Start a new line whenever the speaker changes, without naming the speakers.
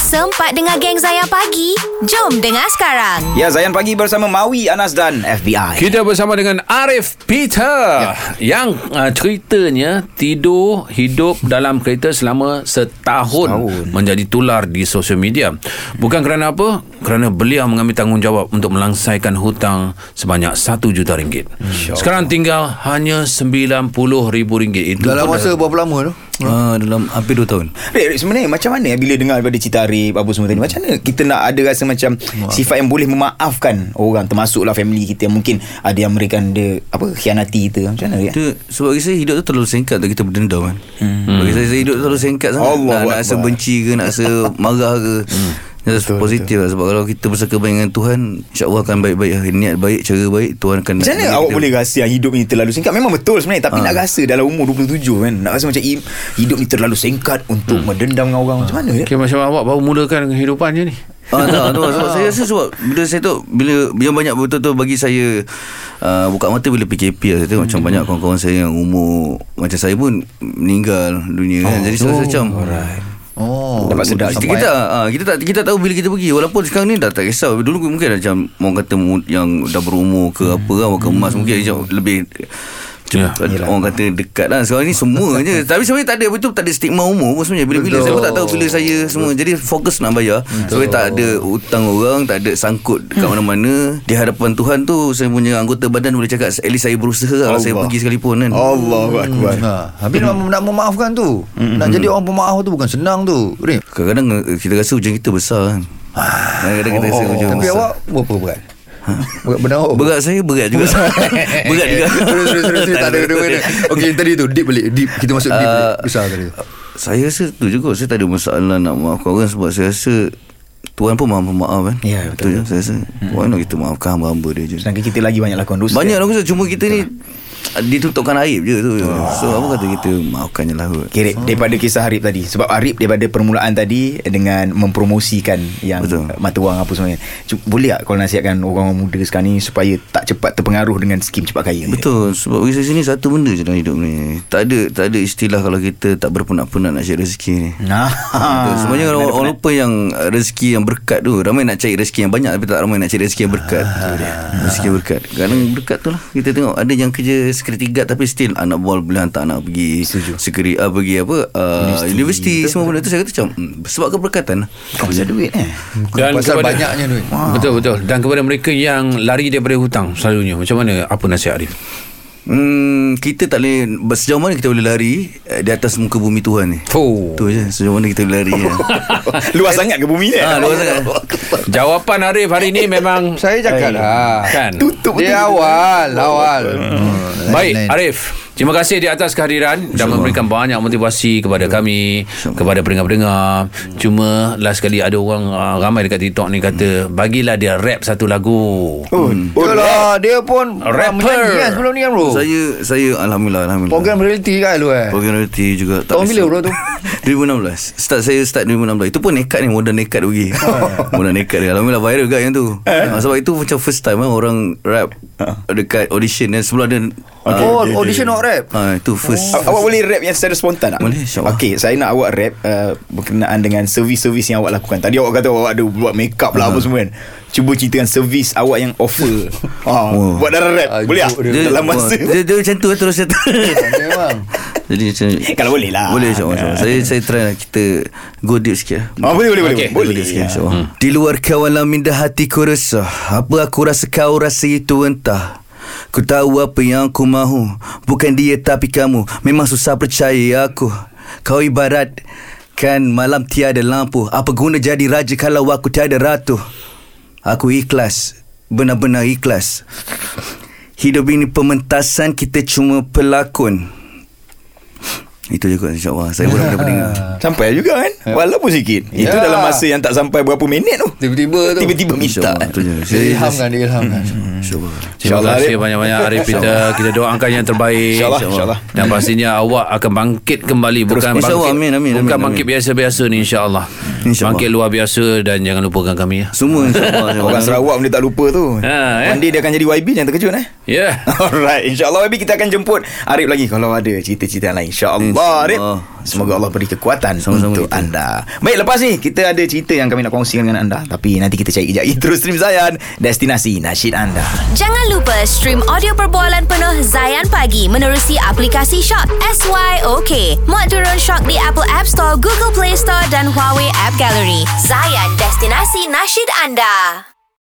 sempat dengar geng Zayan pagi? Jom dengar sekarang.
Ya, Zayan Pagi bersama Mawi, Anas dan FBI.
Kita bersama dengan Arif Peter ya. yang uh, ceritanya tidur hidup dalam kereta selama setahun,
Setahun.
menjadi tular di sosial media. Bukan kerana apa? Kerana beliau mengambil tanggungjawab untuk melangsaikan hutang sebanyak 1 juta ringgit. Sekarang tinggal hanya 90 ribu ringgit. Itu
Dalam
pun
masa
dah-
berapa lama tu?
Ah.
Uh, dalam hampir 2 tahun.
Rik, Rik, sebenarnya macam mana eh, bila dengar daripada cerita Arif apa semua tadi? Macam mana kita nak ada rasa macam sifat yang boleh memaafkan orang termasuklah family kita yang mungkin ada yang memberikan dia apa khianati kita. Macam mana Rik?
Itu sebab bagi saya hidup tu terlalu singkat untuk kita berdendam kan. Hmm. Bagi saya, saya hidup tu terlalu singkat sangat.
Allah
nak, nak rasa
Akbar.
benci ke nak rasa marah ke. Hmm. Just positif lah Sebab kalau kita bersekutu dengan Tuhan InsyaAllah akan baik-baik lah. Niat baik Cara baik Tuhan akan
Macam mana
bagi
awak
kita.
boleh rasa yang hidup ni terlalu singkat? Memang betul sebenarnya tapi nak rasa dalam umur 27 kan. Nak rasa macam "Im, hidup ni terlalu singkat untuk mendendam dengan orang macam mana ya?
Okey, macam mana awak baru mulakan kehidupannya ni.
Ah, tak, tu, sebab saya rasa sebab bila saya tu bila yang banyak betul-betul bagi saya uh, buka mata bila PKP lah saya tengok
Hmm.
macam banyak kawan-kawan saya yang umur macam saya pun meninggal dunia kan. Jadi saya rasa macam
Oh.
Dapat sedap
kita,
sampai.
kita, ah, kita tak kita tahu bila kita pergi walaupun sekarang ni dah tak kisah dulu mungkin macam orang kata mu- yang dah berumur
Hmm.
ke apa kan waktu emas mungkin macam lebih
Ya.
Orang kata dekat lah Sekarang ni semua je Tapi sebenarnya tak ada Betul tak ada stigma umur pun sebenarnya Bila-bila Saya pun tak tahu bila saya semua Jadi fokus nak bayar
Hmm.
Tapi tak ada hutang orang Tak ada sangkut dekat mana-mana Di hadapan Tuhan tu Saya punya anggota badan boleh cakap At least saya berusaha lah Kalau saya
Allah.
pergi sekalipun kan
Allahu akbar. Hmm,
Ha, habis nak, nak memaafkan tu. Nak jadi orang pemaaf tu bukan senang tu. Rim.
Kadang-kadang eh, kita rasa hujan kita besar kan
Ah,
Kadang-kadang kita
oh.
rasa hujan
Oh, Tapi
besar
awak berapa berat? Ha, Berat benar awak berapa?
Berat saya berat juga Berat juga
terus terus terus, terus tak ada kena-mena. Okey tadi tu deep balik deep kita masuk deep balik.
Uh,
Ah,
Besar tadi tu.
Saya rasa tu juga Saya tak ada masalah nak maafkan orang Sebab saya rasa Tuhan pun maha pemaaf kan
Ya, betul.
Tu je saya rasa
Hmm.
Tuhan nak kita maafkan hamba-hamba dia je
Sedangkan kita lagi banyak lakukan dosa.
Banyak lah kisah Cuma kita ni Ditutupkan aib je tu So apa kata kita Maafkan je lah kot
Okay, Rip, daripada kisah Arif tadi Sebab Arif daripada permulaan tadi Dengan mempromosikan Yang Betul.
Betul.
mata wang apa semuanya Cuk, Boleh tak kalau nasihatkan orang muda sekarang ni Supaya tak cepat terpengaruh dengan skim cepat kaya ni?
Betul Sebab bagi saya sini Satu benda je dalam hidup ni Tak ada tak ada istilah Kalau kita tak berpenat-penat Nak cari rezeki ni
Nah
Betul. Sebenarnya orang, orang lupa yang uh, rezeki yang berkat tu Ramai nak cari rezeki yang banyak Tapi tak ramai nak cari rezeki yang berkat Itu dia. Rezeki yang berkat Kadang berkat tu lah Kita tengok ada yang kerja security guard Tapi still anak bol boleh hantar anak pergi Setuju security, uh, Pergi apa uh, Universiti Semua benda tu Saya kata macam hmm, Sebab keberkatan lah
Kau pasal duit eh
Dan pasal banyaknya duit.
Betul betul. Dan kepada mereka yang lari daripada hutang selalunya macam mana apa nasihat Arif?
Hmm, kita tak boleh Sejauh mana kita boleh lari eh, Di atas muka bumi Tuhan ni
Fuh.
Tu je Sejauh mana kita boleh lari lah.
Luas sangat ke bumi ni eh?
Ah, luar sangat.
Jawapan Arif hari ini memang
Saya cakap lah
kan.
Tutup
Dia Hmm. awal Awal
Baik Arif Terima kasih di atas kehadiran Dan memberikan banyak motivasi kepada kami Kepada pendengar-pendengar Cuma last kali ada orang uh, ramai dekat TikTok ni kata Bagilah dia rap satu lagu
Oh, oh,
Betul lah Dia pun
Rapper.
menyanyi kan sebelum ni kan bro
Saya Saya Alhamdulillah Alhamdulillah
Program reality kan lu eh
Program reality juga
Tahun bila bro
kisah.
tu?
2016 Start saya start 2016 Itu pun nekat ni Modal nekat pergi Modal nekat dia Alhamdulillah viral juga yang tu
Eh.
Ah, Sebab itu macam first time eh, Orang rap Dekat audition dan Sebelum ada ah,
Ah. Oh audition not rap Oh.
ah, Itu first
Aw- Awak boleh rap yang secara spontan tak?
Boleh, insyaAllah.
Okay, saya nak awak rap uh, Berkenaan dengan servis-servis yang awak lakukan Tadi awak kata awak ada buat makeup lah
Ah.
apa semua kan Cuba ceritakan servis awak yang offer ah,
Oh.
Buat dalam rap, boleh tak? Dalam
wah,
masa
dia, dia macam tu eh, Terus saya
Memang
Jadi macam
Kalau boleh lah.
Boleh insyaAllah insyaAllah. Saya saya try lah Kita Go deep sikit lah
Ah, boleh, boleh, boleh.
Okay.
Boleh.
Go deep sikit insyaAllah Di luar kawalan minda hatiku resah Apa aku rasa kau rasa itu entah Ku tahu apa yang aku mahu Bukan dia tapi kamu Memang susah percaya aku Kau ibarat Kan malam tiada lampu Apa guna jadi raja kalau aku tiada ratu Aku ikhlas Benar-benar ikhlas Hidup ini pementasan Kita cuma pelakon itu je kot insyaAllah Saya pun dah pendengar
Sampai juga kan Walaupun sikit Itu
Ya.
dalam masa yang tak sampai berapa minit tu
Tiba-tiba tu.
Tiba-tiba minta
InsyaAllah Itu je
Dia ilhamkan Dia ilhamkan
InsyaAllah
Terima
InsyaAllah,
kasih
Arif.
banyak-banyak Arif Peter Kita doakan yang terbaik
InsyaAllah, insyaAllah.
Dan pastinya awak akan bangkit kembali Bukan
Terus.
bangkit
InsyaAllah, amin, amin,
Bukan
amin,
bangkit
amin.
biasa-biasa ni insyaAllah
InsyaAllah.
Bangkit luar biasa Dan jangan lupakan kami ya
Semua insyaAllah ya.
Orang Sarawak benda tak lupa tu
Ha, eh.
One day dia akan jadi YB Jangan terkejut eh
Yeah
Alright InsyaAllah YB kita akan jemput Arif lagi Kalau ada cerita-cerita lain InsyaAllah Arif
InsyaAllah
Semoga Allah beri kekuatan
Sama-sama
untuk
kita.
anda. Baik, lepas ni kita ada cerita yang kami nak kongsikan dengan anda. Tapi nanti kita cari kejap. lagi. Terus stream Zayan, destinasi nasyid anda.
Jangan lupa stream audio perbualan penuh Zayan Pagi menerusi aplikasi Shock SYOK. Muat turun Shock di Apple App Store, Google Play Store dan Huawei App Gallery. Zayan, destinasi nasyid anda.